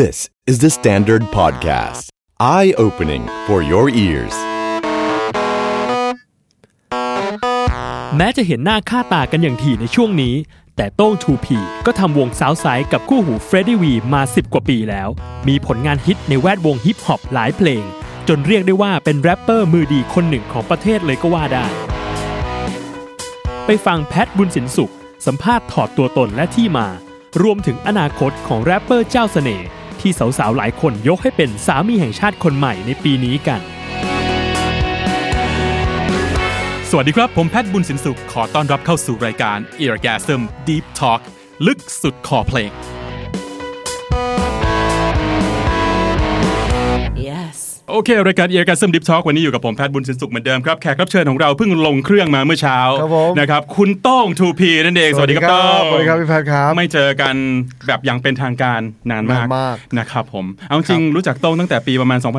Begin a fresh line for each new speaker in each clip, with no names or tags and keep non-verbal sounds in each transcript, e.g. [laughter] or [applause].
This is the Standard Podcast. Eye opening for your ears.
แม้จะเห็นหน้าค่าตากันอย่างถี่ในช่วงนี้ แต่โต้งทูพีก็ทำวงสาวไซด์กับคู่หูเฟรดดี้วีมา 10 กว่าปีแล้ว มีผลงานฮิตในแวดวงฮิปฮอปหลายเพลง จนเรียกได้ว่าเป็นแรปเปอร์มือดีคนหนึ่งของประเทศเลยก็ว่าได้ ไปฟังแพทบุญสินสุข สัมภาษณ์ถอดตัวตนและที่มา รวมถึงอนาคตของแรปเปอร์เจ้าเสน่ห์ที่สาวๆหลายคนยกให้เป็นสามีแห่งชาติคนใหม่ในปีนี้กัน
สวัสดีครับ ผมแพทย์บุญสินสุข ขอต้อนรับเข้าสู่รายการ e a r g a s m Deep Talk ลึกสุดคอเพลง
Yes.
โอเค รายการ e a r g a s m Deep Talk วันนี้อยู่กับผมแพทย์บุญสินสุขเหมือนเดิมครับ แขกรับเชิญของเราเพิ่งลงเครื่องมาเมื่อเช้า
ครับผม
นะครับ คุณโต้อง 2P นั่นเอง สวัสดีครับโต้ง
สวัสดีครับพี่แพทย์ครับ
ไม่เจอกันแบบอย่างเป็นทางการนานมาก
นานมาก
นะครับผม เอาจริงๆรู้จักโต้งตั้งแต่ปีประมาณ 2012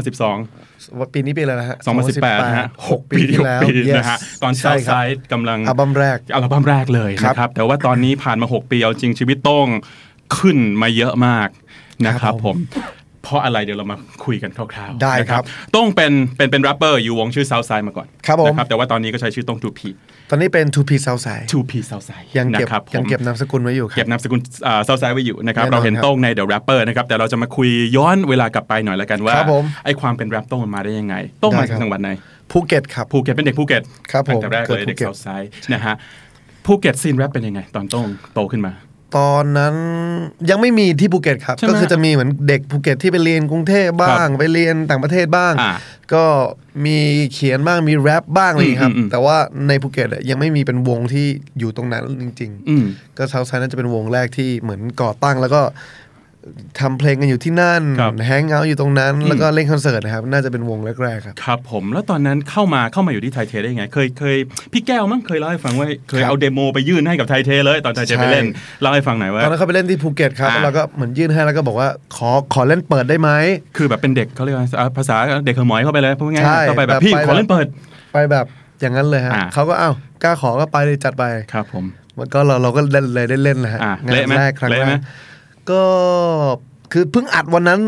ว่าปีนี้ปีอะไรนะฮะ
2018นะฮะหกปีที่แล้วนะฮะตอนเช้า
ใช่ค
ไซ
รับ
ด์กำลัง
อัลบั้มแรก
อัลบั้มแรกเลย
ครับ
นะครับ แต่ว่าตอนนี้ผ่านมา 6 ปีเอาจริงชีวิตโต้องขึ้นมาเยอะมากนะครับ
ครับ
ผ
ผม ม
เพราะอะไรเดี๋ยวเรามาคุยกันคร่าวๆ
ได้
นะครับ โต้องเป็นเป็นเป็นแรปเปอร์อยู่วงชื่อ Southside มาก่อน
ครับผม
นะครับแต่ว่าตอนนี้ก็ใช้ชื่อโต้อง 2P
ตอนนี้เป็น 2P Southside
2P Southside
ยังเก็บ
นะครับผม
ยังเก็บนามสกุลไว้อยู่ครั
เก็
บ
บนามสกุลเซาไซด์ไว้อยู่นะครับ
แน่นอน
เราเห็น
ครับ
โต้งในเด e r แรปเปอร์นะครับแต่เราจะมาคุยย้อนเวลากลับไปหน่อยแล้วกันว่า
ครับผม
ไอ้ความเป็นแรปโต้งมันมาได้ยังไงโต้งมา
ได้ค
จาก
รับ
จังหวัดไหน
ภูเก็ตครับ
ภูเก็ตเป็นเด็กภูเก็ต
ครับผม
ตั้งแต่แรก
เกิ
เลย
ดภู
เด็ก
เก็ต
เซาไซด์นะฮะภูเก็ตซีนแรปเป็นยังไง ตอนโต้งโตขึ้นมา
ตอนนั้นยังไม่มีที่ภูเก็ตครับ
ใช่ไหม
ก็คือจะมีเหมือนเด็กภูเก็ตที่ไปเรียนกรุงเทพบ้าง
ครับ
ไปเรียนต่างประเทศบ้าง
อ่า
ก็มีเขียนบ้างมีแรปบ้างอะไรอย่างงี้ครับ
อืมอืมอืม
แต่ว่าในภูเก็ตอะยังไม่มีเป็นวงที่อยู่ตรงนั้นจริง ๆ
อืม
ก็เซาท์ไซด์น่าจะเป็นวงแรกที่เหมือนก่อตั้งแล้วก็ทำเพลงกันอยู่ที่นั่น
ครับ
แฮงเอาท์อยู่ตรงนั้น
อืม
แล้วก็เล่นคอนเสิร์ตนะครับ น่าจะเป็นวงแรกๆครับ
ครับผมแล้วตอนนั้นเข้ามาเข้ามาอยู่ที่ไทยเทได้ยังไง เคยเคยพี่แก้วมั้งเคยเล่าให้ฟังว่าเคย
ครับ
เอาเดโมไปยื่นให้กับไทยเทเลย ตอนไทยเท
ใช่
ไปเล่นเล่าให้ฟังหน่อยว่า
ตอนนั้นเขาไปเล่นที่ภูเก็ตครับ
อ่า
แล้วเราก็เหมือนยื่นให้แล้วก็บอกว่าขอขอเล่นเปิดได้ไหม
คือแบบเป็นเด็กเขาเรียกว่าอ่ะภาษาเด็กขมอยเข้าไปเลยพูดง่าย
ใช่
ๆเข้าไปแบบ
แบบ
พี่
ไป
ขอเล่
แบ
น
บ
เปิด
ไปแบบอย่างนั้นเลยฮะ
อ่า
เขาก็อ้าวกล้าขอก็ไปเลยจัดไป
ครับผม
มันก็เราเราก็เล่นเลยได้เล่นนะฮะ
อ่าง
าน
เละไหม
แรกครั้ง
เละ
แร
ไหม
กก็คือเพิ่งอัดวันนั้น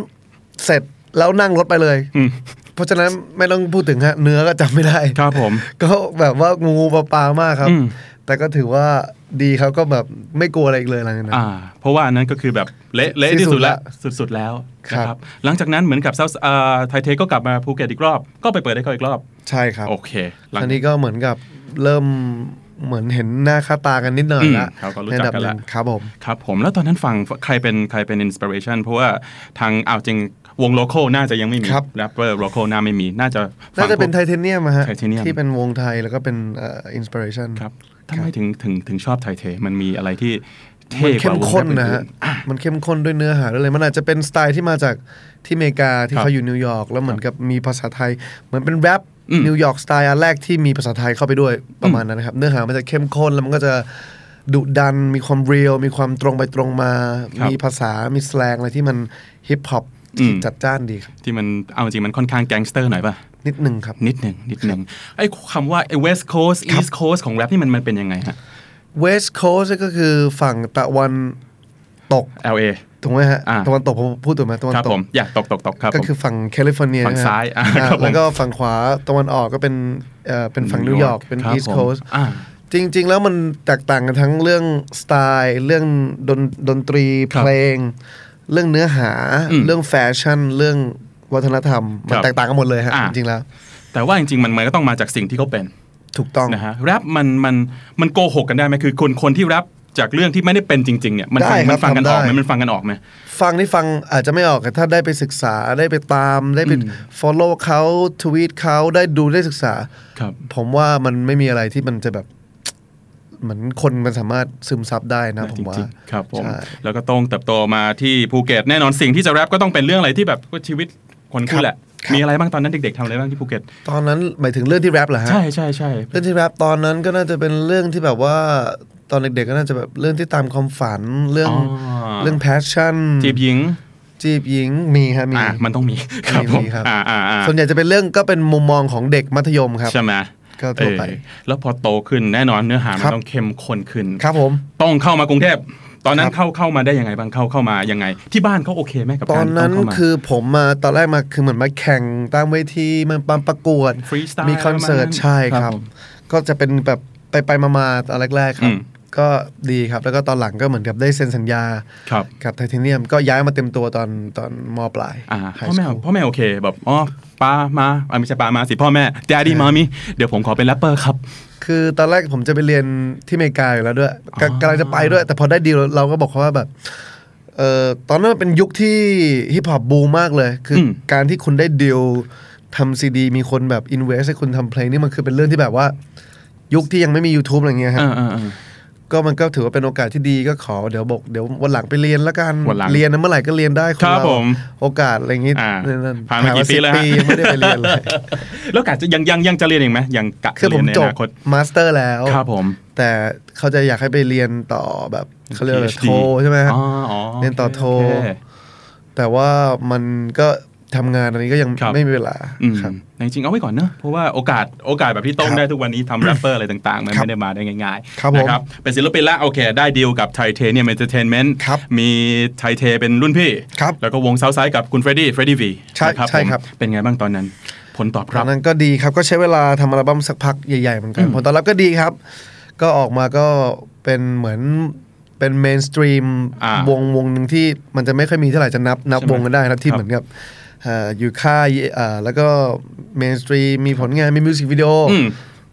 เสร็จแล้วนั่งรถไปเลย
อืม
เพราะฉะนั้นไม่ต้องพูดถึงฮะเนื้อก็จำไม่ได้
ครับผม
ก็แบบว่างูปลาปลามากครับ
อืม
แต่ก็ถือว่าดีเขาก็แบบไม่กลัวอะไรอีกเลยหลังจากนั้น
อ่า เพราะว่าอันนั้นก็คือแบบเละเละ
ที่
ที่
สุ
สุด
ด
แล้
ละ
วสุดๆแล้วนะค
ครั
รับบ หลังจากนั้นเหมือนกับเซาท์ไทยเทก็กลับมาภูเก็ตอีกรอบ ก็ไปเปิดได้เขาอีกรอบ
ใช่ครับ
โอเคหลัง
อันนี้ก็เหมือนกับเริ่มเหมือนเห็นหน้าค่าตากันนิดหน่อย
อืม
ละ
เขาก็รู้
ใน
จัก
ระดับ
กัน
ห
ละ
นึ่งครับผม
ครับผมแล้วตอนนั้นฟังใครเป็นใครเป็นอินสปิเรชันเพราะว่าทางเอาวจริงวงโลโก้น่าจะยังไม่มี
ครับ
แรปเปอร์โลโก้น่าไม่มีน่าจะฟัง
น่าจะเป็น
พวก
ไทเทเนียมอะฮะ
Titanium
ที่เป็นวงไทยแล้วก็เป็นเอินสปิเรชัน
ครับทำไมถึงถึงถึงชอบไทยเท มันมีอะไรที่เท่
มั
ก
นเข้
ว่าม วง
ข้น
แรปอื่
นะฮะ
อ่
มันเข้มข้นด้วยเนื้อหาด้วยเลย มันอาจจะเป็นสไตล์ที่มาจากที่อเมริกาที่
ครับ
เขาอยู่นิวยอร์กแล้วเหมือนกับมีภาษาไทย เหมือนเป็นแรป
อืม
นิวยอร์กสไตล์อันแรกที่มีภาษาไทยเข้าไปด้วยประมาณนั้นนะครับ เนื้อหามันจะเข้มข้นแล้วมันก็จะดุดันมีความเรียลมีความตรงไปตรงมา มีภาษามีสแลงอะไรที่มันฮิปฮอปที่จัดจ้านดีครับ
ที่มันเอาจริงมันค่อนข้างแก๊งสเตอร์หน่อยป่ะ
นิดหนึ่งครับ
นิดหนึ่งนิดหนึ่งไอ้คำว่าไอ้ West Coast East Coast ของแรปนี่มันมันเป็นยังไงฮะ
West Coast ก็คือฝั่งตะวันตก
LA
ถูกไหมฮะ
อ่า
ตะวันตกผมพูดถูกไหมตะวัน
ครับ
ต
ผ
ก
มอย่าตกตกตกครับ
ก็
ผม
คือฝั่งแคลิฟอร์เนีย
ฝั่ง
นะฮะ
ซ้ายอ่า
อ่า
ครับผม
แล้วก็ฝั่งขวาตะวันออกก็เป็นเอ่อเป็นฝั่งนิวยอร์กเป็น
คบ
East
ผม
Coast
อ่า
จริง ๆ แล้วมันแตกต่างกันทั้งเรื่องสไตล์เรื่องดนดนตรี
ครับ
เพลง เรื่องเนื้อหา
อืม
เรื่องแฟชั่น เรื่องวัฒนธรรม มัน
ครับ
แตกต่างกันหมดเลยฮะ
อ่า
จริงๆแล้ว
แต่ว่าจริงๆ มันมันก็ต้องมาจากสิ่งที่เขาเป็น
ถูกต้อง
นะฮะแรปมันมันมันโกหกกันได้ไหมคือคนคนที่แรปจากเรื่องที่ไม่ได้เป็นจริงๆเนี่ยมันฟัง
ได้ค
มั
รับ
นฟังกันออกไหม
ทำได้
มันฟังกันออกไหม
ฟังที่ฟังอาจจะไม่ออกแต่ถ้าได้ไปศึกษาได้ไปตาม ได้ไป
อืม
follow เขาทวีตเขาได้ดูได้ศึกษา
ครับ
ผมว่ามันไม่มีอะไรที่มันจะแบบ เหมือนคนมันสามารถซึมซับได้นะ ผมว่า
จริงๆครับผม
ใช่
แล้วก็ต้องเติบโตมาที่ภูเก็ตแน่นอนสิ่งที่จะแรปก็ต้องเป็นเรื่องอะไรที่แบบชีวิตคนคู่แหละ
ครับ
มีอะไรบ้างตอนนั้นเด็กๆทำอะไรบ้างที่ภูเก็ต
ตอนนั้นหมายถึงเรื่องที่แรปเหรอฮะ
ใช่ใช่ใช่
เรื่องที่แรปตอนนั้นก็น่าจะเป็นเรื่องที่แบบว่าตอนเด็กๆก็น่าจะแบบเรื่องที่ตามความฝันเรื่องเรื่องแพชชั่น
จีบหญิง
จีบหญิงมีฮะมี
อ่ะมันต้องมีครับผม
มีครับ
อ่าอ่าอ่า
ส่วนใหญ่จะเป็นเรื่องก็เป็นมุมมองของเด็กมัธยมครับ
ใช่ไหม
ก็ทั่วไป
เออแล้วพอโตขึ้นแน่นอนเนื้อหามั
ครั
น
บ
ต้องเข้มข้นขึ้น
ครับผม
ต้องเข้ามากรุงเทพ ตอนนั้
คน รับ
เข้าเข้ามาได้ยังไงบ้างเข้าเข้ามายังไง ที่บ้านเขาโอเคไหมกับ
ต
การ
อนนั้น
เข้ามา
คือผมมาตอนแรกมาคือเหมือนมาแข่งตามเวทีมันปามประกวด
Freestyle
มีคอนเสิร์ต
ประมาณนั้น
ใช่ค
ครั
รั
บบ ผม
ก็จะเป็นแบบไปไปๆมาๆตอนแรกๆครั
อื
บ
ม
ก็ดีครับ แล้วก็ตอนหลังก็เหมือนกับได้เซ็นสัญญา
ครับ
กับไทเทเนียมก็ย้ายมาเต็มตัวตอนตอนมปลาย
อ่า
ไฮ
พ่อ
ส
แม่
คูล
พ่อแม่โอเคแบบอ๋อป้ามาอ่ะไม่ใช่ป้ามาสิพ่อแม่ daddy mommy เดี๋ยวผมขอเป็นแรปเปอร์ครับ
คือตอนแรกผมจะไปเรียนที่อเมริกาอยู่แล้วด้วยกะกำลังจะไปด้วย แต่พอได้ดีลเราก็บอกเขาว่าแบบเอ่อตอนนั้นมันเป็นยุคที่ฮิปฮอปบูมมากเลย คืออ
ม
การที่คุณได้ดีลทำซีดี มีคนแบบอินเวสให้คุณทำเพลงนี่มันคือเป็นเรื่องที่แบบว่า ยุคที่ยังไม่มี YouTube อะไรเงี้ยฮะ
เออเออเออ
ก็มันก็ถือว่าเป็นโอกาสที่ดีก็ขอเดี๋ยวบอกเดี๋ยววันหลังไปเรียนละกัน
วันหลัง
เรียนนะเมื่อไหร่ก็เรียนได้น
ครับ
เา
ผม
โอกาสอะไรอย่างงี้
อ่า
นั่
ผ่านมากี่ปีแล้วฮะ
ผ่านมาสิบยังไม่ได้ไปเรียนเลย
แล้วกะจะยังยังยังจะเรียนอีกไหมยังกะ
คือ
จะ
ผ
เรีย
ม
นใน
จ
อบ นาคต
มาสเตอร์แล้ว
ครับผม
แต่เขาจะอยากให้ไปเรียนต่อแบบเขาเรียกอะไร
PhD
โทใช่ไหมฮะ
อ๋ออ๋อ
เรียนต่อโท
โอเค
แต่ว่ามันก็ทำงานอันนี้ก็ยัง
ครับ
ไม่มีเวลา
อืม
ครับ
แต่จริงๆเอาไว้ก่อนเนอะเพราะว่าโอกาสโอกาสแบบที่โต้ง
ครับ
ได้ทุกวันนี้ทำแรปเปอร์อะไรต่างๆ มัน
ครับ
ไม่ได้มาได้ง่าย
ครับ
ๆ
ผม
นะครับเป็นศิลปินละโอเคได้ดีลกับไทเทเนียมเอนเตอร์เทนเมนต์
ครับ
มีไทเทเป็นรุ่นพี่
ครับ
แล้วก็วงเซาท์ไซด์กับคุณเฟรดดี้เฟรดดี้วี
ใช่ใช่ครับ
เป็นไงบ้างตอนนั้น ผลตอบ
ต
รั
อบ นนั้นก็ดีครับก็ใช้เวลาทำอัลบั้มสักพักใหญ่ๆเหมือนกั
อื
น
ม
ผลตอบรับก็ดีครับ ก็ออกมาก็เป็นเหมือนเป็นเมนสตรีม
อ่าว
งวงหนึ่งที่มันจะไม่ค่อยมีเท่าไหร่จะนับนับ
ใช่ไหม
วงกันได้ครับ
ค
ที่
รับ
เหมือนกับเอ่ออยู่ค่ายเอ่อแล้วก็เมนสตรีมมีผลงานมีมิวสิกวิดีโออ
ม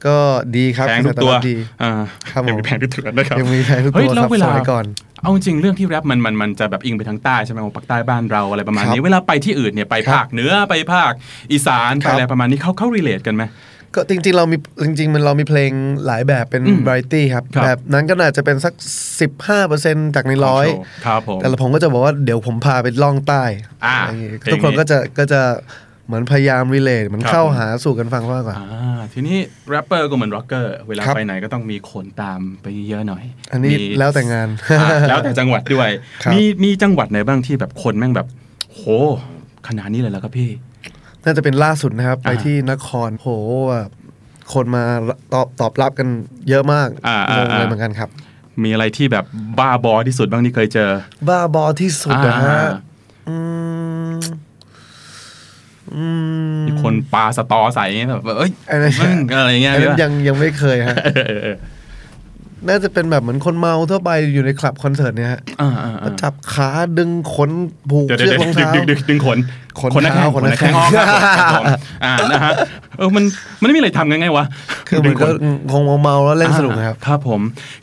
ก็ดีครับ
แพงทุก
ระส
ตัว
แรับดี
อ่า
ครับผม
ยังมีแพงทุกตัวนะครับ
ยังมีแพงทุก
เฮ้
ตั
ยว
ค
แล้
รับ
เว
ส
ลา
มัยก่อน
เอาจริงๆเรื่องที่แรปมันมันมันจะแบบอิงไปทางใต้ใช่ไหมของปากใต้บ้านเราอะไรประมาณ
ครั
นี้
บ
เวลาไปที่อื่นเนี่ยไป
ครับ
ภาคเหนือไปภาคอีสานไป
ครับ
อะไรประมาณนี้เขาเขารีเลทกันไหม
ก็จริงๆ เรามีจริงๆมันเรามีเพลงหลายแบบเป็น
อืม
บริตี้ครับ
ครับ
แบบนั้นก็น่าจะเป็นสัก 15%จากในร้อย
ครับผม
แต่ละผมก็จะบอกว่าเดี๋ยวผมพาไปล่องใต้
อ่า
ะไรอย่างงี้
เพลงนี้
ทุกคนก็จะก็จะเหมือนพยายามรีเลทเหมือน
ครับ
เข้าหาสู่กันฟังมากกว่า
อ่าทีนี้แรปเปอร์ก็เหมือนร็อกเกอร์เวลา
ครับ
ไปไหนก็ต้องมีคนตามไปเยอะหน่อย
อันนี้
มี
แล้วแต่งาน
อ่าแล้วแต่จังหวัดด้วย
ครับ
มีมีจังหวัดไหนบ้างที่แบบคนแม่งแบบ โห ขนาดนี้เลยแล้วครับพี่
น่าจะเป็นล่าสุดนะครับ ไป
อ่า
ที่นครโหแบบคนมาตอบตอบรับกันเยอะมาก
อ่าง อ่าง
เลย
อ่า
เหมือนกันครับ
มีอะไรที่แบบบ้าบอที่สุดบ้างที่เคยเจอ
บ้าบอที่สุดนะฮะ
อ่า
อืมอืม
มีคนปาสตอใส่อย่างเงี้ยแบบเอ้ย
อันนั้น
มึงอะไรอย่างเงี้ย
อัน
มี
นั้น
ปะ
ยังยังไม่เคยฮะ
เออเออเออ
น่าจะเป็นแบบเหมือนคนเมาทั่วไปอยู่ในคลับคอนเสิร์ตเนี่ยฮะ
อ่าอ่าอ่า
จับขาดึงขนผูก
เดี๋ยว
เชื
เดี๋ย
อก
ว
ร
ดึง
องเท้า
ดึงดึงดึงขน
ขน
หาแข้
เท้าง
ข
ข
นห
นห
น้า
น้า
แข้ง [laughs]
แข้
ออก
ง
ครับผมอ่านะฮะเออมันมันไม่มีอะไรทำง่ายๆวะ
คือเหมือนก็
ดึงข
คงเมาๆแล้วเล่นสนุกนะครับ
อ่าครับผม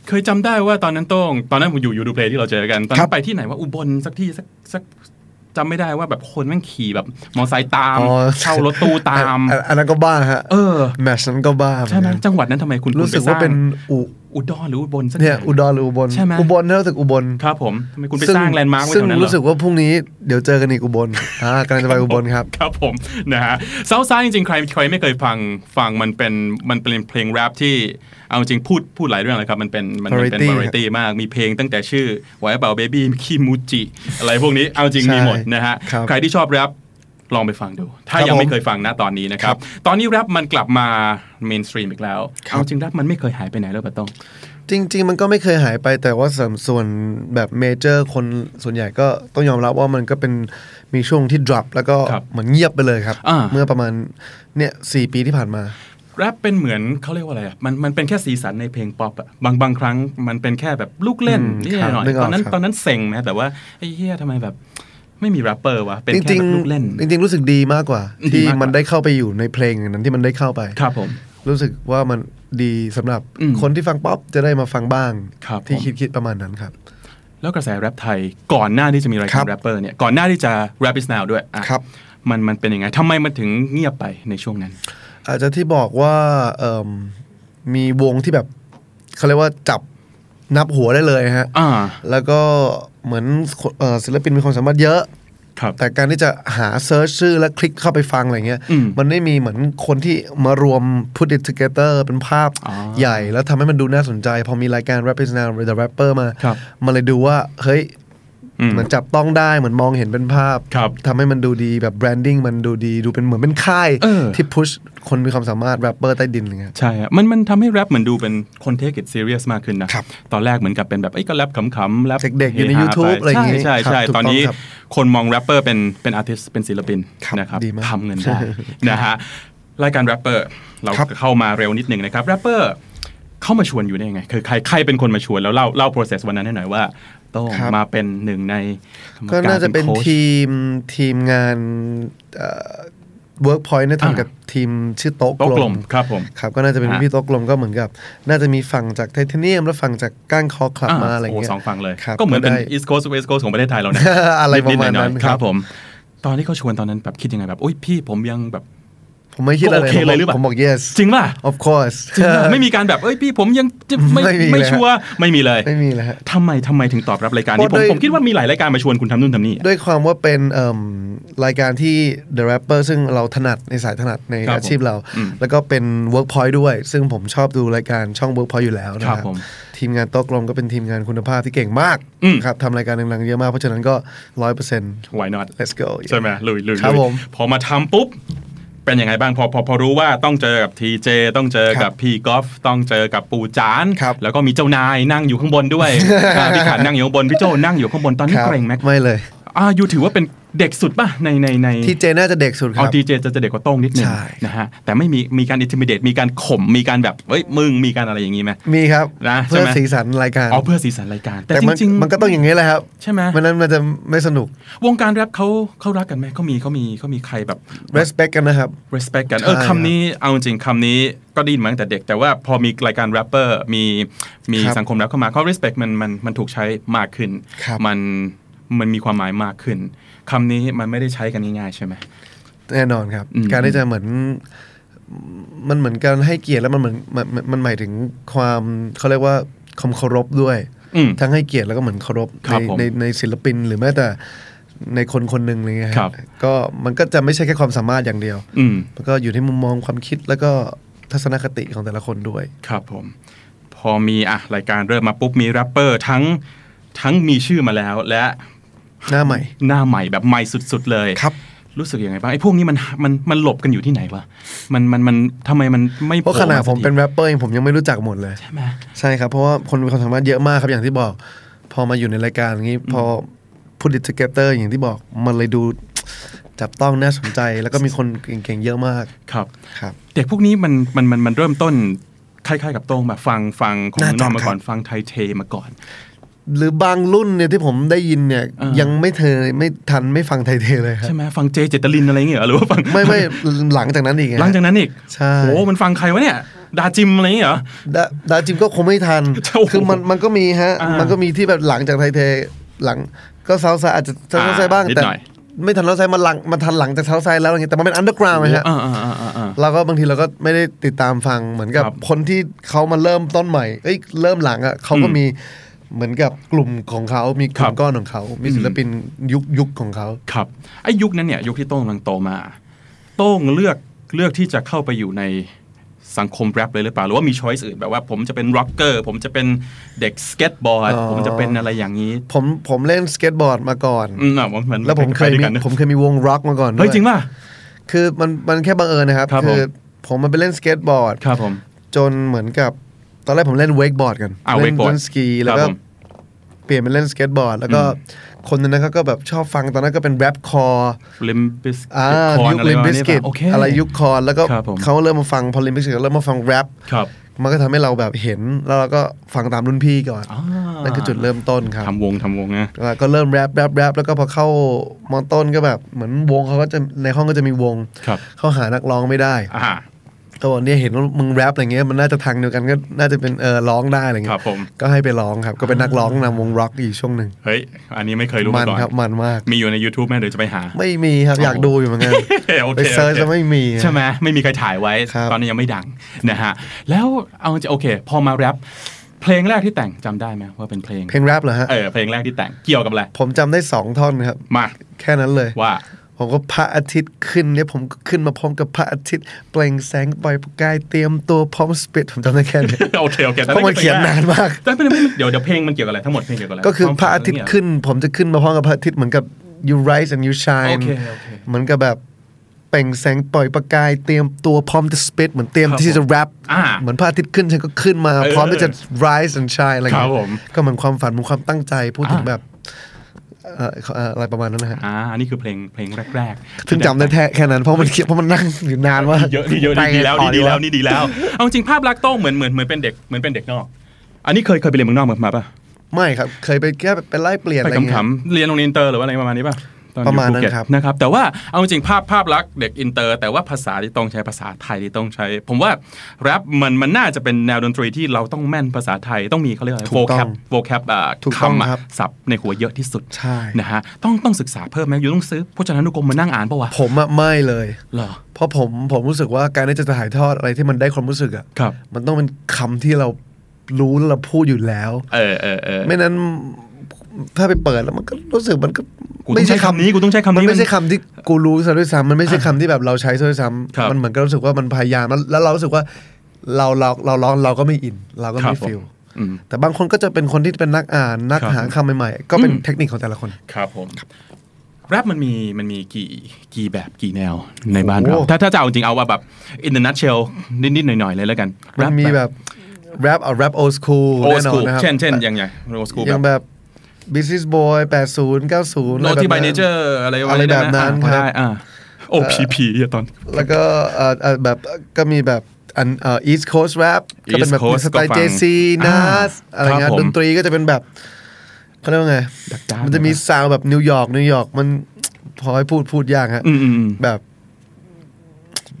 เคยจำได้ว่าตอนนั้นโต้งตอนนั้นผมอยู่ยูดูเพลที่เราเจอกัน ตอน
ครั
นั้น
บ
ไปที่ไหนว่าอุบลสักที่สักสักจำไม่ได้ว่าแบบคนแม่งขี่แบบ มอไซค์ตาม
อ๋อ
เช่ารถตู้ตาม
อันอันนั้นก็บ้าฮะ
เออ
แมชนั้นก็บ้า
ใช่ไหม
เอนกัน
จังหวัดนั้นทำไมคุณ
รู้สึกว่าเป็นอุ
อุดรหรืออุบลสั
เนี่ย
กาง
อุดรหรืออุบล
ใช่ไหม
อุบลเนี่ยรู้สึกอุบล
ครับผมทำไมคุณไปสร้างแลนด์มาร์กไว้
ซึ่
ต
ง
รงนั้นเหร
รู้สึ
อก
ว่าพรุ่งนี้เดี๋ยวเจอกันอีกอุบลอ่ากำลังจะไปอุบลครับ
ครับผมนะฮะเซาท์ไซด์จริงๆใครใครไม่เคยฟังฟังมันเป็นมันเป็นเพลงแรปที่เอาจริงพูดพูดหลายเรื่องเลยครับมันเป็นมันมันเป็น
Variety
บริตี้มากมีเพลงตั้งแต่ชื่อไว้เป่าเบบี้คิมูจิอะไรพวกนี้เอาจริง
ใช่
มีหมดนะฮะ
ครับ
ใครที่ชอบแรปลองไปฟังดู ถ้า
ครับ
ยังไม่
ผม
เคยฟังนะตอนนี้นะครับ ตอนนี้แรปมันกลับมาเมนสตรีมอีกแล้ว
ครับ
เอาจริงแรปมันไม่เคยหายไปไหนแล้วปะต้อง
จริง ๆ มันก็ไม่เคยหายไปแต่ว่าส่วนส่วนแบบเมเจอร์คนส่วนใหญ่ก็ต้องยอมรับว่ามันก็เป็นมีช่วงที่ drop แล้วก็
ครับ
เหมือนเงียบไปเลยครับ
อ่า
เมื่อประมาณเนี่ยสปีที่ผ่านมา
แรปเป็นเหมือนเขาเรียกว่าอะไรอะมันมันเป็นแค่สีสันในเพลงป๊อปอะบางบางครั้งมันเป็นแค่แบบลูกเล่น
อืม
นิดหน่อย
ครับนึกอ
ต
อก
อนนั้น
ครับ
ตอนนั้นเซ็งนะแต่ว่าไอ้เฮียทำไมแบบ ไม่มีแรปเปอร์วะเป็น
จ
แค่
ริง
แบบลูกเล่น
ๆจริง ๆ รู้สึกดีมากกว่า
ดี
ที่
มากกว่ามั
มันได้เข้าไปอยู่ในเพลงอย่างนั้นที่มันได้เข้าไป
ครับผม
รู้สึกว่ามันดีสำหรับ
อืม
คนที่ฟังป๊อปจะได้มาฟังบ้าง
ครับ
ที่
ผม
คิดคิดประมาณนั้นครับ
แล้วกระแสแรปไทยก่อนหน้าที่จะมีราย
ค
การ
รับ
แรปเปอร์เนี่ยก่อนหน้าที่จะ rap is now ด้วยอะ
ครับ
มันมันเป็นยังไงทำไมมันถึงเงียบไปในช่วงนั้น
อาจจะที่บอกว่าเอิ่มมีวงที่แบบเขาเรียกว่าจับนับหัวได้เลยฮะ
อ่า
แล้วก็เหมือนเอ่อศิลปินมีความสามารถเยอะ
ครับ
แต่การที่จะหาเซิร์ชชื่อและคลิกเข้าไปฟังอะไรเงี้ย
อืม
มันไม่มีเหมือนคนที่มารวม put it together เป็นภาพ
อ๋อ
ใหญ่แล้วทำให้มันดูน่าสนใจ พอมีรายการ rap is now the rapper มา
ครับ
มันเลยดูว่า เฮ้ย
อืม
เหมือนจับต้องได้เหมือนมองเห็นเป็นภาพ
ครับ
ทำให้มันดูดีแบบแบรนดิ้งมันดูดีดูเป็นเหมือนเป็นค่าย
เออ
ที่พุชคนมีความสามารถแรปเปอร์ใต้ดินอะไรเงี้ย
ใช่ฮะมันมันทำให้แรปเหมือนดูเป็นคนเทค it serious มากขึ้นนะ
ครับ
ตอนแรกเหมือนกับเป็นแบบไอ้ยก็แรปขำๆแรป
เด็กๆอยู่ใน
ฮา
YouTube
ป
อะไรอย่างงี้
ใช่ใช่
ครับถูก
ตอนนี้
ต้องครับ
คนมองแรปเปอร์เป็นเป็นอาร์ติสเป็นศิลปิน
ครับ
นะครับ
ดีมาก
ทำเงินได้นะฮะรายการแรปเปอร์เรา
ครับ
เข้ามาเร็วนิดหนึ่งนะครับแรปเปอร์เข้ามาชวนอยู่ได้ยังไงคือใครใครเป็นคนมาชวนแล้วเล่าเล่า process วันนั้นให้หน่อยว่าต้อง
ครับ
มาเป็นหนึ่งในรรม
ก็
ร
น่าจะเป็น
โค้ช
ทีมทีมงานเวิร์กพอยต์เนี่ย
อ่า
ทำกับทีมชื่อโต๊ะ
โต๊ะ
ก
ก
ล
ลม
ม
ครับผม
ครับก็น่าจะเป็น
ฮะ
พี่โต๊ะกลมก็เหมือนกับ น่าจะมีฝั่งจากไทเทเนียมและฝั่งจากก้างคอคลับมาอะไรเงี้ย
โสองฝั่งเลย
ครับ
ก็เหมือนเป็น
ได้
east coast west coast ของประเทศไทยเรานะ
[laughs] อะไรประมา
ด
ณ
ๆห
นั้
อย
น
ๆครับผม ตอนที่เขาชวนตอนนั้นแบบคิดยังไงแบบโอ้ยพี่ผมยังแบบ
ผมไม่คิดอะไร
ก็โอเคเลยหรือเปล่า
ผมบอก yes
จริงป่ะ
of course
จริง
[laughs]
ป่ะ ไม่มีการแบบเอ้ยพี่ผมยังจะไม่
ไม่มี
ไม่
เลย
ชัวร์ไม่มีเลย
ไม่มีแล้วฮะ
ทำไมทำไมถึงตอบรับรายการนี้
เพ
ผม
ราะด้วย
ผมคิดว่ามีหลายรายการมาชวนคุณทำนู่นทำนี่
ด้วยความว่าเป็นเอิ่มรายการที่ The Rapper ซึ่งเราถนัดในสายถนัดใน
ครับ
อาชีพเรา
ผมอืม
แล้วก็เป็น Workpoint ด้วย ซึ่งผมชอบดูรายการช่อง Workpoint อยู่แล้วนะค
ครั
รั
บบ ผม
ทีมงานโต๊ะกลมก็เป็นทีมงานคุณภาพที่เก่งมาก
อืม
ครับทำรายการดังๆเยอะมาก เพราะฉะนั้นก็ 100%
why not
let's go
ใช่ไหมลุยลุย
ครับ
ลุย
ผม
พอมาทำปุ๊บ เป็นยังไงบ้างพอพอพอรู้ว่าต้องเจอกับทีเจต้องเจอ
ครั
กับบ พี่กอล์ฟต้องเจอกับปูจาน
ครับ
แล้วก็มีเจ้านายนั่งอยู่ข้างบน
[laughs]
ด้วย อ่าพี่ขันนั่งอยู่ข้างบนพี่โจนั่งอยู่ข้างบนตอนนี้
ครับ
เกรงไหม
ไม่เลย
อ่าอยู่ถือว่าเป็นเด็กสุดป่ะในในใน
ทีเจน่าจะเด็กสุดค
เอา
รับ
ดีเจจะเด็กกว่าโต้งนิดนึง
ใช่
นะฮะแต่ไม่มีมีการ intimidate มีการข่มมีการแบบเฮ้ยมึงมีการอะไรอย่างนี้ไหม
มีครับ
นะใช่
เพื่อ
ไหม
สีสันรายการ
อ๋อเพื่อสีสันรายการ แต่จ
มัน
ริง
มันก็ต้องอย่างนี้แหละครับ
ใช่ไหม
วันนั้นมันจะไม่สนุก
ๆ วงการแรปเขาเขารักกันไหมเขามีเขามีเขามีใครแบบ
respect กันนะครับ
respect กันเออ
ใช่
คำนี้เอาจริงคำนี้ก็ได้ยินมาตั้งแต่เด็ก แต่ว่าพอมีรายการแรปเปอร์มีมี
ครับ
สังคมแรปเข้ามาเขา respect มันมันมันถูกใช้มากขึ้น
ครับ
มันมันมีความหมายมากขึ้นคำนี้มันไม่ได้ใช้กันง่ายๆใช่ไหม
แน่นอนครับ
อืม
การที่จะเหมือนมันเหมือนการให้เกียรติแล้วมันเหมือนมันมันมันหมายถึงความเขาเรียกว่าความเคารพด้วย
อืม
ทั้งให้เกียรติแล้วก็เหมือนเคารพ
ครับ
ใน
ผม
ในในศิลปินหรือแม้แต่ในคนคนหนึ่งอะไรเงี้ยฮะ
ครับ
ก็มันก็จะไม่ใช่แค่ความสามารถอย่างเดียว
อืม
มันก็อยู่ที่มุมมองความคิดแล้วก็ทัศนคติของแต่ละคนด้วย
ครับผม พอมีอ่ะรายการเริ่มมาปุ๊บมีแรปเปอร์ทั้งทั้งมีชื่อมาแล้วและ
หน้าใหม่
หน้าใหม่แบบใหม่สุด ๆ เลย
ครับ
รู้สึกยังไงบ้างไอ้พวกนี้มันมันมันหลบกันอยู่ที่ไหนวะมันมันมันทำไมมันไม่
เพราะ
โผล่
ขนาด
สัก
ผม
ที
เป็นแรปเปอร์เองผมยังไม่รู้จักหมดเลย
ใช่ไหม
ใช่ครับ เพราะว่าคนมีความสามารถเยอะมากครับอย่างที่บอก พอมาอยู่ในรายการอย่างนี้ พอพูดดิ t เกเตอร์อย่างที่บอกมันเลยดู จับต้องน่าสนใจ แล้วก็มีคนเก่งๆเยอะมาก
ครับ
ครับ
เด็กพวกนี้มันมันมันมันเริ่มต้นคล้ายๆกับโต้งแบบฟังฟังของ
น่าจะ
นอกมาก่อน
ครับ
ฟังไทยเทมาก่อน
หรือบางรุ่นเนี่ยที่ผมได้ยินเนี่ย
อ่ายั
ยังไม่เธอไม่ทันไม่ฟังไทยเทเลยครับ
ใช่ไหมฟังเจเจตลินอะไรอย่างเงี้ยเหรอหรือว่าฟัง
ไม่ไม่หลังจากนั้นอีกไ
หลังจากนั้นอีก
ใช่
โอ้มันฟังใครวะเนี่ยดาจิมอะไรอย่างเงี้ยเหรอ
ดาดาจิมก็คงไม่ทัน
โอ้โห
คือมันมันก็มีฮะ
อ่ามั
มันก็มีที่แบบหลังจากไทยเทหลังก็เซาซาอาจจะเซา
อ่า
ซาบ้าง
นิด
แต่
หน่อย
ไม่ทันเซาซามันหลังมันทันหลังจากเซาซาแล้วอะไรเงี้ยแต่มันเป็นอันเดอร์กราวด์ไงฮะ
อ่าอ่าอ่าอ่าอ่า
เราก็บางทีเราก็ไม่ได้ติดตามฟังเหมือนกับ
ครับ
คนที่เขามาเริ่มต้นใหม่ เอ้ยเริ่มหลังอะ่ะเขาก็
อืม
มีเหมือนกับกลุ่มของเขา มีก
ครั
ลุ่
บ
มก้อนของเขา มีศิลปินยุคยุคของเขา
ครับไอ้ยุคนั้นเนี่ยยุคที่โต้งกำลังโตมา โต้งเลือกเลือกที่จะเข้าไปอยู่ในสังคมแรปเลยหรือเปล่าหรือว่ามีช้อยส์อื่นแบบว่าผมจะเป็นร็อกเกอร์ผมจะเป็นเด็กสเก็ตบอร์ด
อ๋อ
ผมจะเป็นอะไรอย่างนี้
ผมผมเล่นสเก็ตบอร์ดมาก่อน
อืมอ่ะมันน
แล้วผมเคย
ไปด้ว
มี
กันนะ
ผมเคยมีวงร็อกมาก่อนด้ว
เฮ้ยจริงป่ะ
คือมันมันแค่บังเอิญนะครับ
ครับผม
ผมมันไปเล่นสเก็ตบอร์ด
ครับผม
จนเหมือนกับตอนแรกผมเล่นเวกบอร์ดกัน
อ่า
เล่น
wakeboard
เล่นสกีแล้
ค
วก็
รับผม
เปลี่ยนเป็นเล่นสเก็ตบอร์ดแล้วก็คนในนั้นเขาก็แบบชอบฟังตอนนั้นก็เป็นแรปคอร์
ลิมบิส
อ่ายุคลิมบิสกิต
โอเค
อะไรยุคคอนแล้วก็
ครับผม
เขาเริ่มมาฟังพอลิมบิสกิตเริ่มมาฟังแรป
ครับ
มันก็ทำให้เราแบบเห็น แล้วเราก็ฟังตามรุ่นพี่ก่อน
อ่า
นั่นคือจุดเริ่มต้นครับ
ทำวงทำวงนะ
แล้วก็เริ่มแรปแรปแรปแล้วก็พอเข้ามอต้นก็แบบเหมือนวงเขาก็จะในห้องก็จะมีวง
ครับ
เขาหานักร้องไม่ได้
อ่า
เขาบอกเนี่ยเห็นว่ามึงแรปอะไรเงี้ยมันน่าจะทางเดียวกันก็น่าจะเป็นเออร้องได้อะไร
ค
เงี้
รับ
ย
ผม
ก็ให้ไปร้องครับก็เป็นนักร้องนำวงร็อกอยู่ช่วงหนึ่ง
เฮ้ยอันนี้ไม่เคยรู้
มั
มาน ก่อน
ครับมันมาก
มีอยู่ใน YouTube ไหมเดี๋ยวจะไปหา
ไม่มีครับอยากดูอยู่เหมือนกัน
เฮ้ยโอเค
ไปเซิร์ช
โอค
จะไม่มี
ใช่ไหมไม่มีใครถ่ายไว้
ครับ
ตอนนี้ยังไม่ดังนะฮะ แล้วเอาจะโอเค พอมาแรปเพลงแรกที่แต่งจำได้ไหมว่าเป็นเพลง
เพลงแรปเหรอฮะ
เออเพลงแรกที่แต่งเกี่ยวกับอะไร
ผมจำได้สองท่อนครับ
มา
แค่นั้นเลย
ว่า [laughs]
ผมก็พระอาทิตย์ขึ้นเนี่ยผมก็ขึ้นมาพร้อมกับพระอาทิตย์เปล่งแสงปล่อยประกายเตรียมตัวพร้อมสปิดผมจำได้แค่นี้
โอเคโอเค
เพราะมันเขียนนานมาก
แต่ไม่ไม่เดี๋ยวเดี๋ยวเพลงมันเกี่ยวกับอะไรทั้งหมดเพลงเกี่ยวกับอะไร
ก็คือ
วม
พระอาทิตย์ขึ้น ผมจะขึ้นมาพร้อมกับพระอาทิตย์เหมือนกับ you rise and you
โอ
shine
เคโอเค
เหมือนกับแบบเปล่งแสงปล่อยประกายเตรียมตัวพร้อมจะสปิดเหมือนเตรียม
ครับ
ที่จะแรป
อ่า
เหมือนพระอาทิตย์ขึ้นฉันก็ขึ้นมา
เออ
พร้อมที่จะ rise and shine อะไรอย่าง
ครับ
เงี้
ผม
ยก็เหมือนความฝันเหมือนความตั้งใจพูดถึงแบบเอ่อเอ่ออะไรประมาณนั้นนะฮะ
อ่าอันนี้คือเพลงเพลงแรกๆ
ถึงจำได้แค่แค่นั้นเพราะมัน [laughs] เขียนเพราะมันนั่งอยู่นานว่าก
เยอะนี่เยอะนี่ดีแล้ว
ไป
นี่ดี
ไงต่อ
แล้วนี่ดีแล้วเอาจริงภาพลักษณ์โต้งเหมือนเหมือนเหมือนเป็นเด็กเหมือนเป็นเด็กนอก อันนี้เคยเคยไปเรียนเมืองนอกมาป่ะ
ไม่ครับ เคยไปแค่ไปไล่เปลี่ยนอะ
ไป
ไรเงี้
ขำ
ย
ๆเรียนโรงเรียนอินเตอร์หรือว่าอะไรประมาณนี้ป่ะตออยู่
ประมาณนั้
ภู
น
เก็ต
ครับ
นะครับแต่ว่าเอาจริงภาพภาพลักษณ์เด็กอินเตอร์ แต่ว่าภาษาที่ต้องใช้ภาษาไทยที่ต้องใช้ ผมว่าแรปมันมันน่าจะเป็นแนวดนตรีที่เราต้องแม่นภาษาไทยต้องมีเขาเรียกอะไร
ถู
โว
กต้
แค
อ
ป
ง
โวแคปอ่า
ถูกต้อง
คำอ่ะ
ครับ
ศัพท์ในหัวเยอะที่สุด
ใช่
นะฮะต้องต้องศึกษาเพิ่มไหมอยู่ต้องซื้อพจนานุกรมมานั่งอ่านปะวะ
ผมอะไม่เลย
เหรอ
เพราะผมผมรู้สึกว่าการที่จะถ่ายทอดอะไรที่มันได้ความรู้สึกอะ
ครับ
มันต้องเป็นคำที่เรารู้และเราพูดอยู่แล้ว
เออเออเออ
ไม่นั้นถ้าไปเปิดแล้วมันก็รู้สึกมันก็
กูต้องใช้คำนี้กูต้องใช้คำนี้
มั
มั
นไม่
น
ใช่คำที่กูรู้ซะด้วยซ้ำมันไม่ใช่คำที่แบบเราใช้ซะด้วยซ้
ครับ
ำมันเหมือนกับรู้สึกว่ามันพยายามแล้วแล้วเรารู้สึกว่าเราเราเราร้องเราก็ไม่อิน เราก็
ครั
ไม่
บผม
ฟิล
อืม
แต่บางคนก็จะเป็นคนที่เป็นนักอ่านนัก
ครับ
หาคำใหม่ๆ ก็เป็นเทคนิคของแต่ละคน
ครับผมแรปมันมีมันมีกี่กี่แบบกี่แนวในบ้านเรา
โอ้โห
ถ้าถ้าจะเอาจริงเอาว่าแบบ in the nutshell นิดๆหน่อยๆเลยแล้วกัน
มันมีแบบแรปเอาแรปโอสคูล
โอ
แน่
ส
นอ
กู
นนะครับ
เช่นเช่นอย่างไงโอสกู
ยัง
แบบ
แบบ Business Boy 80 90
โนที่บายเนเจอร์อะไร
อะไรแบบนั้น
พอ
ครั
ได้
บ
อ่าโอ้พีพีอย่าตอน
แล้วก็เอ่อเอ่อแบบก็มีแบบอันเอ่อ East Coast Rap ก็เป็นแบบ
East Coast
สไตล์
ก็ฟัง
JC
อ่า
Nas อะไร
ครั
เงี้
บ
ย
ผม
ดนตรีก็จะเป็นแบบเขาเรียกว่าไง
ดักดาน
มันจะมีซาวด์แบบนิวยอร์กนิวยอร์กมันพอให้พูดพูดยากฮะ
อืมอืมอืม
แบบ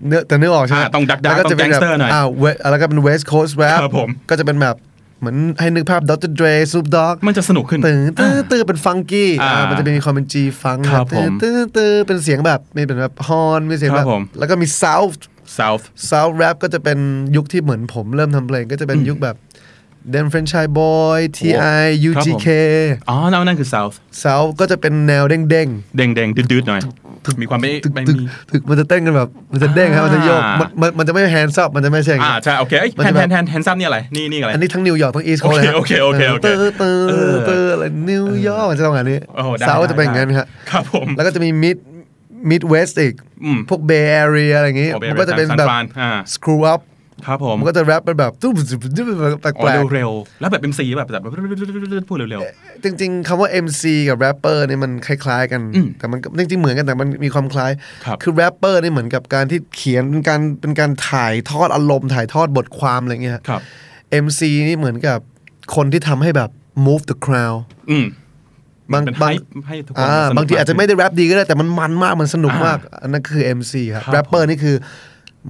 เนื้อแต่เนื้อออกใช่ไหม
อ่าต้องดักๆ
แล้วจะ
ต้
ป็น
อง gangster หน่อย
อ่าเวแล้วก็เป็น West Coast Rap
ครับผม
ก็จะเป็นแบบเหมือนให้นึกภาพ Dr. Dre Snoop Dogg
มันจะสนุกขึ้น
ตื้อตื้อตื้อเป็นฟังกี้
อ่า
อ่ามันจะมีความเป็นจีฟัง
ครับผ
ตื้อ
ม
ตื้อตื้อเป็นเสียงแบบมีเป็นแบบฮอนมีเสียง
ค
แบ
รั
บบ
ผม
แล้วก็มีซาวด์
south
ซาวด์แรปก็จะเป็นยุคที่เหมือนผมเริ่มทำเพลงก็จะเป็นยุคแบบเดนเฟรนช i ยบอยทีไอยู
ครับ
จี
ผม
เค
อ๋อนั่นนั่นคือ south
ซาวด์ก็จะเป็นแนวเด้ง
แดงแดงๆดืดๆหน่อย มีความไม่
ๆ ถึก
ไม่
ถึก
มี
ถึกมันจะเต้นกันแบบ มันจะเด้งครับมันจะโยก
อ่ามั
มันมันมันจะไม่แฮนด์ซับมันจะไม่ใช่อย่าง
อ่า
งี้
ใช่โอเคเอ้ย
มัน
แท
จะ
น
แบ
แท
บ
นแทนแฮนซัมนี่อะไรนี่นี่อะไร
อันนี้ทั้งนิวยอร์กทั้งอีสโค
โอ
เล
เค
ยครับ
โอเคโอเคโอเค
ตื้อตื้อ
เออ
ตื้ออะไรนิวยอร์กมันจะต้องอันนี้
โอ้ได้
ซาวด์
ได้
ก็จะเป็นอย่าง
ได้
นั้นครับ
ครับผม
แล้วก็จะมีมิดมิดเวสต์อีก
อืม
พวกเบย์แอเรียอะไรอย่างงี้
อ๋อ Bay
มันก็จะเป็น
Area
แบบ
San Fran อ่า
สครูอัพ
ครับผม
มันก็จะแรปเป็นแบบตุ้มแป
อ๋อ
ลก
เร็วๆ แล้วแบบเป็นสีแบบแบบพูดเร็ว
ๆจริง ๆคำว่า MC กับแรปเปอร์นี่มันคล้ายๆกัน
อืม
แต่มันก็จริงๆเหมือนกันแต่มันมีความคล้าย
ครับ
คือแรปเปอร์นี่เหมือนกับการที่เขียนเป็นการเป็นการถ่ายทอดอารมณ์ถ่ายทอดบทความอะไรอย่างเงี้ย
ครับ
MC นี่เหมือนกับคนที่ทำให้แบบ move the crowd
ๆ อืม
บาง
เป็น
บาง
ให้ให้ทุกคน
อ่า
สนุก
บางทีอาจจะไม่
ขึ้น
ได้แรปดีก็ได้แต่มันมันมากมันสนุกมาก อันนั้นคือ MC ครับ
ครับ
แรปเป
ผ
อ
ม
ร์นี่คือ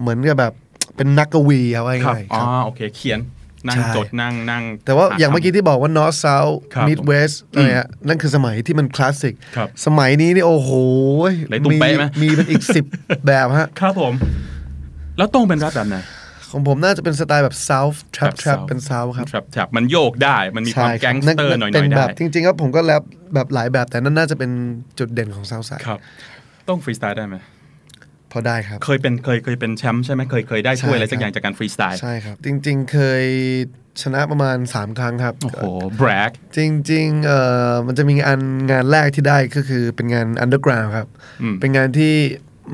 เหมือนกับแบบเป็นนักกวีเอาไว้
ครับ
ง่ายๆ
อ๋
ค
อ
รับ
โอเคเขียน นั่ง
ใช่
จดนั่งนั่ง
แต่ว่าอย่างเมื่อกี้ที่บอกว่า North South
ครับ
Mid West อะไรฮะนั่นคือสมัยที่มันคลาสสิก
ครับ
สมัยนี้นี่โอ้โห
ไหนตุ้มเป๊ะไหม
มีเป็นอีก 10 แบบฮะ
ครับผม แล้วโต้องเป็นแรปแบบไหน
ของผมน่าจะเป็นสไตล์แบบ South Trap
แบบ
Trap
South
เป็น South ครับ
ครับครับมันโยกได้มันมีความ
ใช่
แก๊ง
บ
สเตอร์หน่อย
เป็น
ๆ
แบ
ได้
บจริงๆครับผมก็แรปแบบหลายแบบแต่นั่นน่าจะเป็นจุดเด่นของ South Side
ครับ ต้องฟรีสไตล์ได้ไหม
พอได้ครับ
เคยเป็นเคยเคยเป็นแชมป์ใช่ไหมเคยเคยได้ถ้วยอะไรสักอย่างจากการฟรีสไตล์
ใช่ครับ จริงๆเคยชนะประมาณ 3 ครั้งครับ
โอ้โหแบรก
จริงๆเอ่อมันจะมีอันงานแรกที่ได้ก็คือเป็นงาน underground ครับ
อืม
เป็นงานที่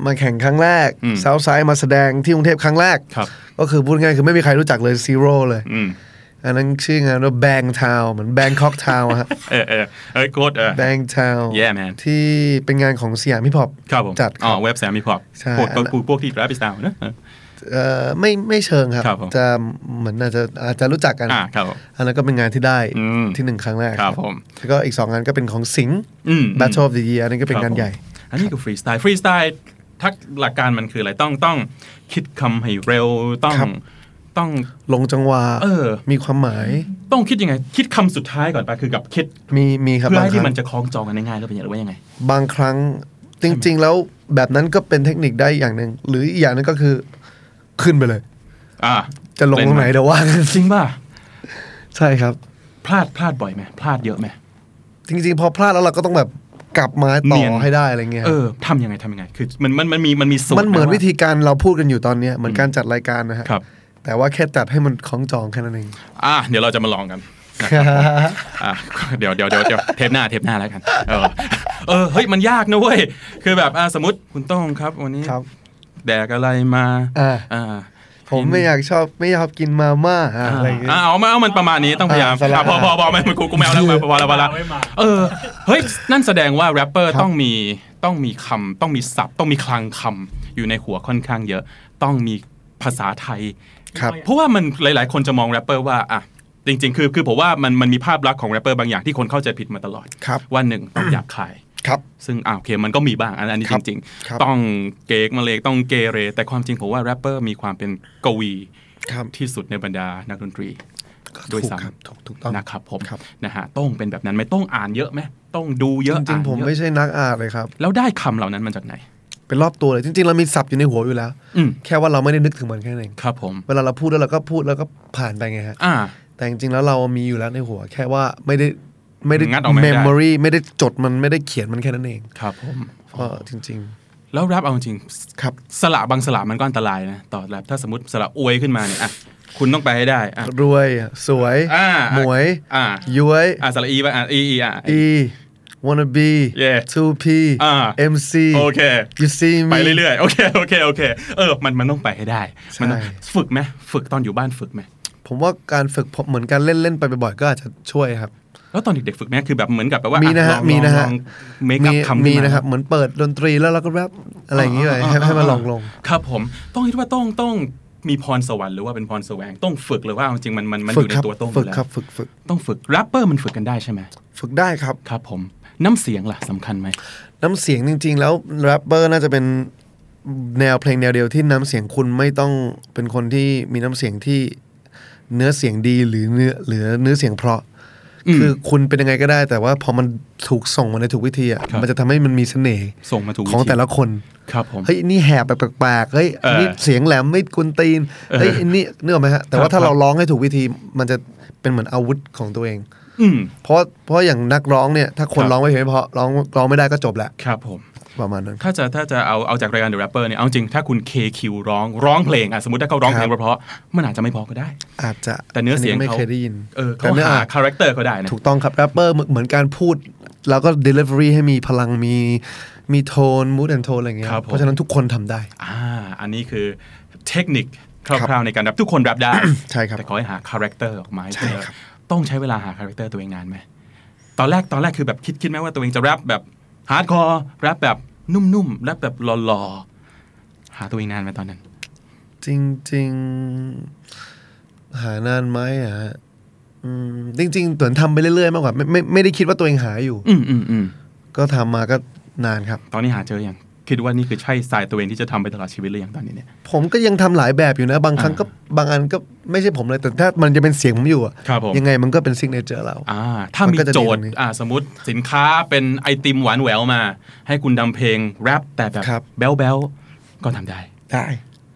มาแข่งครั้งแรก
อืม
เซาท์ไซด์มาแสดงที่กรุงเทพครั้งแรก
ครับ
ก็คือพูดง่ายๆคือไม่มีใครรู้จักเลยซีโร่เลย
อืม
อันนั้นชื่องานว่าแบงทาวเหมือนแบงคอกทาว
[laughs]
ฮะ
เออเออเอ้ยโคตรเออ
แบงทาว
Yeah, man
ที่เป็นงานของสยามพิพอบ
ครับผม
จัดค
อ๋อ
รับ
เว็บแซมมีพอร์ต
ใช่
พวกกูพวกที่แรปฟรีสไตล์นะ
เอ่อไม่ไม่เชิงครับ
ครับผม
จะเหมือนอาจจะอาจจะรู้จักกัน
อ่าครับผม
อันนั้นก็เป็นงานที่ได้
อืม
ที่หนึ่งครั้งแรก
ครับผม
แล้วก็อีกสองงานก็เป็นของสิงห์
อืม
Battle of the Year อันนี้ก็เป็นงานใหญ่
อันนี้คือฟรีสไตล์ฟรีสไตล์ทักหลักการมันคืออะไรต้องต้องคิดคำให้เร็วต้อง
ครับ
ต้อง
ลงจังหวะ
เออ
มีความหมาย
ต้องคิดยังไง คิดคำสุดท้ายก่อนไปคือกับคิด
มีมีครั
เพื่อบ
บาง
ให้
ค
ที่
รั้ง
มันจะคล้องจองกันได้ง่ายหรือเป็นอย่างหรือว่ายังไง
บางครั้งจริง ๆ แล้วแบบนั้นก็เป็นเทคนิคได้อย่างหนึ่งหรืออีกอย่างหนึงก็คือขึ้นไปเลย
อ่า
จะลงตรงไหนเดี๋ยวว่ากัน
จริงป่ะ
ใช่ครับ
พลาดพลาดบ่อยไหมพลาดเยอะไหม
จริง ๆ พอพลาดแล้วเราก็ต้องแบบ กลับมาต่
เนี
อย
น
ให้ได้อะไรเงี้ย
เออทำยังไงทำยังไง คือมันมันมันมีมันมีสูตร
มันเหมือนะ วิธีการเราพูดกันอยู่ตอนเนี้ยเหมือนการจัดรายการนะฮะ
ครับ
แต่ว่าแค่จัดให้มันคล้องจองแค่นั้นเอง
อ่ะเดี๋ยวเราจะมาลองกันอ่ะ [laughs] เดี๋ยวเดี๋ยวเดี๋ยวเดี๋ยวเทปหน้าเทปหน้าแล้วกัน เออเออเฮ้ยมันยากนะเว้ยคือแบบอ่ะสมมติคุณต้องครับวันนี้
ครับ
แดกอะไรมา
อ่ะ
อ่า
ผมไม่อยากชอบไม่ชอบกินมาม่าอ่ะอะไรเงี้ย
อ่าเอามาเอามันประมาณนี้ต้องพยายาม
อ่าสลับ
อ่ะพอพอพอมันกูกูแมว
[laughs]
แล้วพอแล้วพอแล้วเออเฮ้ยนั่นแสดงว่าแรปเปอร์
ครับ
ต้องมีต้องมีคำต้องมีศัพท์ ต้องมีคลังคำอยู่ในหัวค่อนข้างเยอะ ต้องมีภาษาไทย
ครับ
เพราะว่ามันหลาย ๆ คนจะมองแรปเปอร์ว่าอ่ะจริง ๆ คือคือผมว่ามันมันมีภาพลักษณ์ของแรปเปอร์บางอย่างที่คนเข้าใจผิดมาตลอด
ครับ
ว่าหนึ่งต้องหยาบคาย
ครับ
ซึ่งอ่าโอเคมันก็มีบ้างอันอันนี้
ค
จ
รับ
ริง
ครับ
ๆ ต้องเก๊กมาเลยต้องเกเร แต่ความจริงผมว่าแรปเปอร์มีความเป็นกวี
ครับ
ที่สุดในบรรดานักดนตรี ด้วย
ถูก
ซ้ำ
ครับถูกถูกต้อง
นะครับผม
ครับ
นะฮะต้องเป็นแบบนั้นไหมต้องอ่านเยอะไหมต้องดูเยอะ
จริง
อ่าน
ๆผม
เยอะ
ไม่ใช่นักอ่านเลยครับ
แล้วได้คำเหล่านั้นมาจากไหน
เป็นรอบตัวเลยจริงๆ เรามีศัพท์อยู่ในหัวอยู่แล้ว
อืม
แค่ว่าเราไม่ได้นึกถึงมันแค่นั้นเอง
ครับผม
เวลาเราพูดแล้วเราก็พูดแล้วก็ผ่านไปไงฮะ
อ่า
แต่จริงๆแล้วเรามีอยู่แล้วในหัว แค่ว่าไม่ได้ไม่ได้
งัดออกมาไม่ได้
memory ไม่ได้จดมันไม่ได้เขียนมันแค่นั้นเอง
ครับผม
ก็จริง
แล้วแรปเอาจริง
ๆ ครับ
สระบางสระมันก็อันตรายนะต่อแรปถ้าสมมติสระอวยขึ้นมาเนี่ยอ่ะคุณต้องไปให้ได้อ่ะ
รวยสวย
อ่า
หมวย
อ่า
ย้วย
อ่ะสระอีป่ะอ่ะอีอีอ่ะ
อี wanna be
Yeah
2p
อ่า
mc
โอเค
you see me
ไปเรื่อยๆโอเคโอเคโอเคเออมันมันต้องไปให้ได้มัต้อง
ใช่
ฝึกไหมฝึกตอนอยู่บ้านฝึกไหม
ผมว่าการฝึกผมเหมือนการเล่นๆไปบ่อยๆก็อาจจะช่วยครับ
แล้วตอนเด็กๆฝึกไหมคือแบบเหมือนกับแบบว่า
มี
มี
นะฮะมีนะฮะ
เมคอัพคำขึ้า
มีนะครับ เหมือนเปิดดนตรีแล้วเราก็แรปอะไรอย่างเงี้ยให้ให้มันลองลง
ครับผมต้องคิดว่าต้องต้องมีพรสวรรค์หรือว่าเป็นพรแสวงต้องฝึกหรือว่าเอาจริงมันมันมันอ
ฝึก
ยู่ใน
ครับ
ตัวต้องอ
ฝึก
ยู่แล้ว
ครับฝึกฝึก
ต้องฝึกแรปเปอร์มันฝึกกันได้ใช่ไหม
ฝึกได้ครับ
ครับผมน้ำเสียงล่ะสำคัญไหม
น้ำเสียงจริง ๆ แล้วแรปเปอร์น่าจะเป็นแนวเพลงแนวเดียวที่น้ำเสียงคุณไม่ต้องเป็นคนที่มีน้ำเสียงที่เนื้อเสียงดีหรือเนื้อหรือเนื้อเสียงเพราะ
อืม
คือคุณเป็นยังไงก็ได้ แต่ว่าพอมันถูกส่งมาในถูกวิธีอ่ะ
ครับ
มันจะทำให้มันมีเสน่ห์
ส่งมาถูกวิ
ของแต่ละคน
ครับผม
เฮ้ยนี่แหบแบบแปลกๆเฮ้ย
เออ
นี่เสียงแหลมไม่กุนตีนเฮ้ย
เออ
นี่เนื้ออกไหมฮะแต่
ค
ว่า
รั
ถ้า
บ
เราร้องให้ถูกวิธีมันจะเป็นเหมือนอาวุธของตัวเอง
อืม
เพราะเพราะอย่างนักร้องเนี่ยถ้าค
ค
น
รับ
ร้องไม่เพียงพอร้องร้องไม่ได้ก็จบแหละ
ครับผม
ประมาณนั้น
ถ้าจะถ้าจะเอาเอาจากรายการ The Rapper เนี่ยเอาจริงถ้าคุณ KQ ร้องร้องเพลงอ่ะสมมติถ้าเขาร้องเพลง
ครับ
เพราะๆมันอาจจะไม่เพอก็ได้
อาจจะ
แต่เนื้อเสียง
นนี้ไม่
เขา
เคยได้ยิน
เออ
แต่
เขา
เนื้อ
หา
อ่ะ
คาแรคเตอร์เขาได้นะ
ถูกต้องครับแรปเปอร์เหมือนการพูด แล้วก็ delivery ให้มีพลังมีมีโทน mood and tone อะไรอย่างเงี้ยเพราะฉะนั้นทุกคนทำได้
อ่าอันนี้คือเทคนิคคร่าวๆในการแรปทุกคนแรปได้
ใช่ครับ
แต่ขอให้หาคาแรคเตอร์ออกมาให้
ใช่
เจอ
ครับ
ต้องใช้เวลาหาคาแรคเตอร์ตัวเองนานไหมตอนแรกตอนแรกคือแบบคิดคิดไหมว่าตัวเองจะแรปแบบฮาร์ดคอร์แรปแบบนุ่มๆแรปแบบหล่อๆหาตัวเองนานไหมตอนนั้น
จริง ๆ หานานไหมอะฮะอืมจริงๆเหมือนทำไปเรื่อยๆมากกว่าไม่ไม่ไม่ได้คิดว่าตัวเองหาอยู่
อืมอืมอืม
ก็ทำมาก็นานครับ
ตอนนี้หาเจอยังคิดว่านี่คือใช่สายตัวเองที่จะทำไปตลอดชีวิตหรือยังตอนนี้เนี่ย
ผมก็ยังทำหลายแบบอยู่นะ บางครั้งก็บางอันก็ไม่ใช่ผมเลย แต่ถ้ามันจะเป็นเสียงผมอยู่อะ
ครับผม
ยังไงมันก็เป็นซิกเนเจอร์เรา
อ่าถ้ามี
มันก็จะดี
โจ
ต
ท
ร
ย์
งนี้
อ่าสมมติสินค้าเป็นไอติมหวานแหววมา ให้คุณทำเพลงแรปแต่แบบ
ครับ
แบ๊วๆก็ทำได้
ได้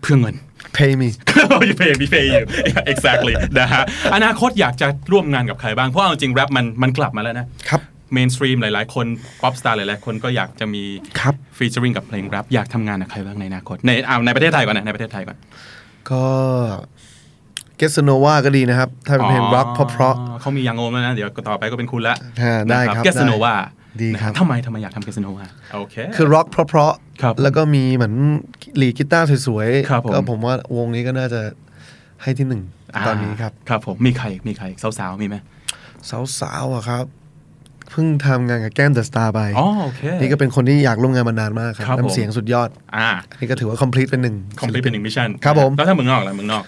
เพื่อเงิน [laughs]
pay me
เรามีเพลงมีเพลงอยู่ [laughs] exactly นะฮะอนาคตอยากจะร่วมงานกับใครบ้าง เพราะเอาจริงแรปมันมันกลับมาแล้วนะครับ เมนสตรีมหลาย ๆ คนป๊อปสตาร์หลาย ๆ คนก็อยากจะมี
ครับ
ฟีเจอริงกับเพลงแรปอยากทำงานกับใครบ้างในอนาคตในอ่าในประเทศไทยก่อนนะในประเทศไทยก่อน
ก็เกสโนวาก็ดีนะครับ ถ้าเป็นเพลงร็อกเพราะ
เขามียังโอมแล้วนะ เดี๋ยวต่อไปก็เป็นคุณละ
ฮะได้ครับ
เกสโนวา
ดีครับ
ทำไมทำไมอยากทำเกสโนวาโอเค
ๆคือร็อกเพราะ
ครับ
ๆแล้วก็มีเหมือนลีดกีตาร์สวย
ครับผม
ก็ผมว่าวงนี้ก็น่าจะให้ที่หนึ่งตอนนี้ครับ
าครับผมมีใครอีกมีใครอีกสาวๆมีไหม
สาวๆอะครับ เพิ่งทำงานกับแก้มเดอะสตาร์ไป
อ๋อโอเค
นี่ก็เป็นคนที่อยากร่วมงานมานานมากครั
ครับ บผม
น้ำเสียงสุดยอด
อ่า
อันนี้ก็ถือว่า complete เป็นหนึ่ง
คอมพลีทเป็นหนึ่งมิชชั่น
ครับผม
แล้วถ้ามึงนอกล่ะมึงนอก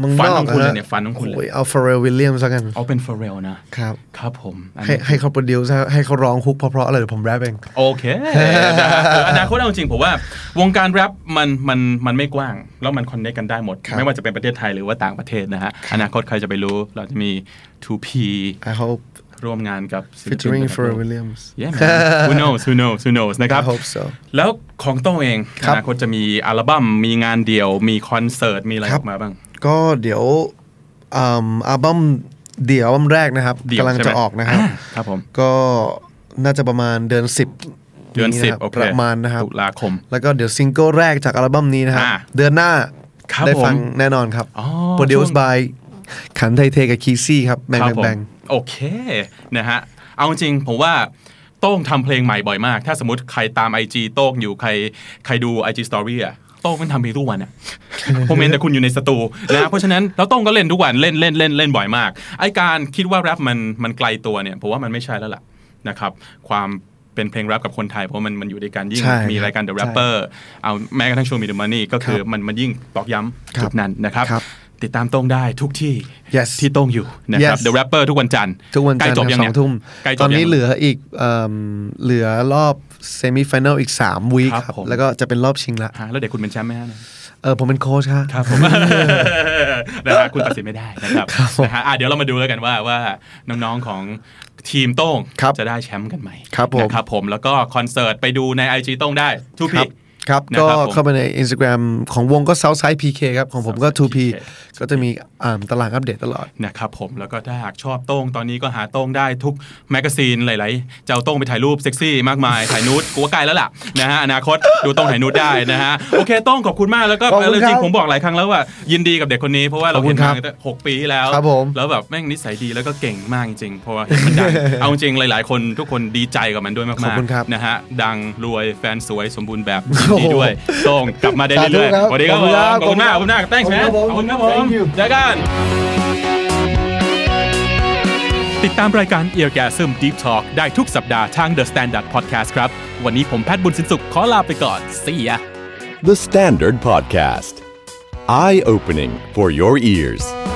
เมึง
ฟั
น
น
อ
ข
ก
องคุณเลย
ะ
เนี่ยฟันของคุณเลย
โยเอาฟาเรลวิลเลียมซะกัน
เอาเป็นฟ r เรลนะ
ครับ
ครับผมอัน
ให้
นี้
ให้เขาโปรดิวซ์ให้เขาร้องฮุกเพราะๆอะไรเดี๋ยวผมแรปเอง
โอเค
[laughs]
นะฮะเอออนาคตเอาจริงผมว่า วงการแรปมันมันมันไม่กว้าง แล้วมันคอนเน c กันได้หมด
ครับ
ไม่ว่าจะเป็นประเทศไทยหรือว่าต่างประเทศนะฮะ อนาคตใครจะไปรู้เราจะมี 2P
I hope
ร่วมงานกับศิลปิน
featuring
ระดับโลก
f a r r e l Williams
Yeah man who knows who knows who knows นะครับ
I hope so
แล้วของโต้องเอง
ครั
อบ นาคตจะมีอัลบั้มมีงานเดี่ยว มีคอนเสิร์ต มีอะไร
ค
อ
รับ
อกมาบ้าง
ก็เดี๋ยวอืมอัลบั้มเดี่ยวอัลบั้มแรกนะครับ
เดี่ยว
กำลัง
ใช่ไหม
จะออกนะครับ
ครับผม
ก็ น่าจะประมาณเดือนสิบ
เดือนสิบ
ะครับ
โอเค
ประมาณนะครับ
ตุลาคม
แล้วก็เดี๋ยวซิงเกิลแรกจากอัลบั้มนี้นะฮะ
อ่า
เดือนหน้า
ครับ
ได้ฟัง
ผม
แน่นอนครับ
อ๋อ
produced by ขันไทเทกับคีซี่ครับแบง
ครับผม
แบงแบง
โอเคนะฮะเอาจริงๆผมว่าโต้งทำเพลงใหม่บ่อยมาก ถ้าสมมติใครตาม IG โต้งอยู่ใครใครดู IG Story อะโต้งมันทำเพลงทุกวันอะ [laughs] ผมเห็นแต่คุณอยู่ในสตูนะเพราะฉะนั้นแล้วโต้งก็เล่นทุกวันเล่นเล่นเล่นเล่นบ่อยมากไอการคิดว่าแรปมันมันไกลตัวเนี่ยผมว่ามันไม่ใช่แล้วล่ะนะครับความเป็นเพลงแรปกับคนไทยเพราะมันมันอยู่ด้วยกันยิ่ง
ใช่ครับ
มีรายการ The
ใช่
Rapper เอาแม้กระทั่ง Show Me the Money ก็คือ
ครับ
มันมันยิ่งตอกย้
ค
ำ
รับ
จุดนั้นนะครับ
ครับ
ติดตามโต้งได้ทุกที่
Yes
ที่โต้งอยู่นะครับ
Yes
The Rapper ทุกวันจันทร์
ทุกวัน
ใก
จั
ล้
นท
จบ
ร์
ยัง
สอ
เนี่ย
งทุ่ม
ใกล้จบ
ตอนนี้
ยัง
เหลืออีกเอิ่มเหลือรอบเซมิไฟแนลอีก 3 วีค
ครับ
ครับ
ผม
แล้วก็จะเป็นรอบชิงละ
ฮะแล้วเด็กคุณเป็นแชมป์ไหมฮะเนี่ย
เออผมเป็นโค้ชครับ
ครับผม [laughs] นะฮะคุณตัดสินไม่ได้นะครับ
ครับผม
นะฮะอ่ะเดี๋ยวเรามาดูแล้วกันว่าว่าน้องๆของทีมโต้ง
ครับ
จะได้แชมป์กันไหม
ครับผม
นะครับผมแล้วก็คอนเสิร์ตไปดูใน IG โต้งได้ทุก
ครั
พี่
บครับ
นะ
ก็
ครับผม
เข้าไปใน Instagram ของวงก็ Southside PK ครับ ของผมก็
Southside
2P
PK
ก็จะมีอ่าตารางอัปเดตตลอด
นะครับผมแล้วก็ถ้าหากชอบโต้งตอนนี้ก็หาโต้งได้ทุกแมกกาซีนหลายๆ เจ้าโต้งไปถ่ายรูปเซ็กซี่มากมายถ่ายนูดกูว่าใกล้แล้วล่ะนะฮะอนาคตดูโต้งถ่ายนูดได้นะฮะโอเคโต้งขอบคุณมากแล้วก็
ขอบคุณ
เออจริ
ครั
ง
บ
ผมบอกหลายครั้งแล้วว่า ยินดีกับเด็กคนนี้เพราะว่าเราเห็น
ข
มา
อบคุณครับ
ตั้งแต่หกปีที่แล้ว
ครับผม
แล้วแบบแม่งนิสัยดีแล้วก็เก่งมากจริงๆเพราะว่าเห็นมัน
[laughs]
ดัง เอาจริงหลาย ๆ คนทุกคนดีใจกับมันด้วยมากๆ
ขอบคุณครับ
นะฮะดังรวยแฟนสวยสมบูรณ์แบบยินดีด้วยโต้งกลับมาได้เรื่อย
สา
ๆส
ธุครับ
วัสดีครับ
ขอบ
ผมขอบ
คุณครับ
คุณมากขอบคุณมาก thanks man
ข
ข
อ
อ
บบ คุ
คุณ ณ
ค
ค
รั
รั
บ
ผม
บ ผ
ม
Thank you
เจอกัน ติดตามรายการ e a r g a s m Deep Talk ได้ทุกสัปดาห์ทาง The Standard Podcast ครับ วันนี้ผมแพทย์บุญสินสุขขอลาไปก่อน See ya
The Standard Podcast. Eye opening for your ears.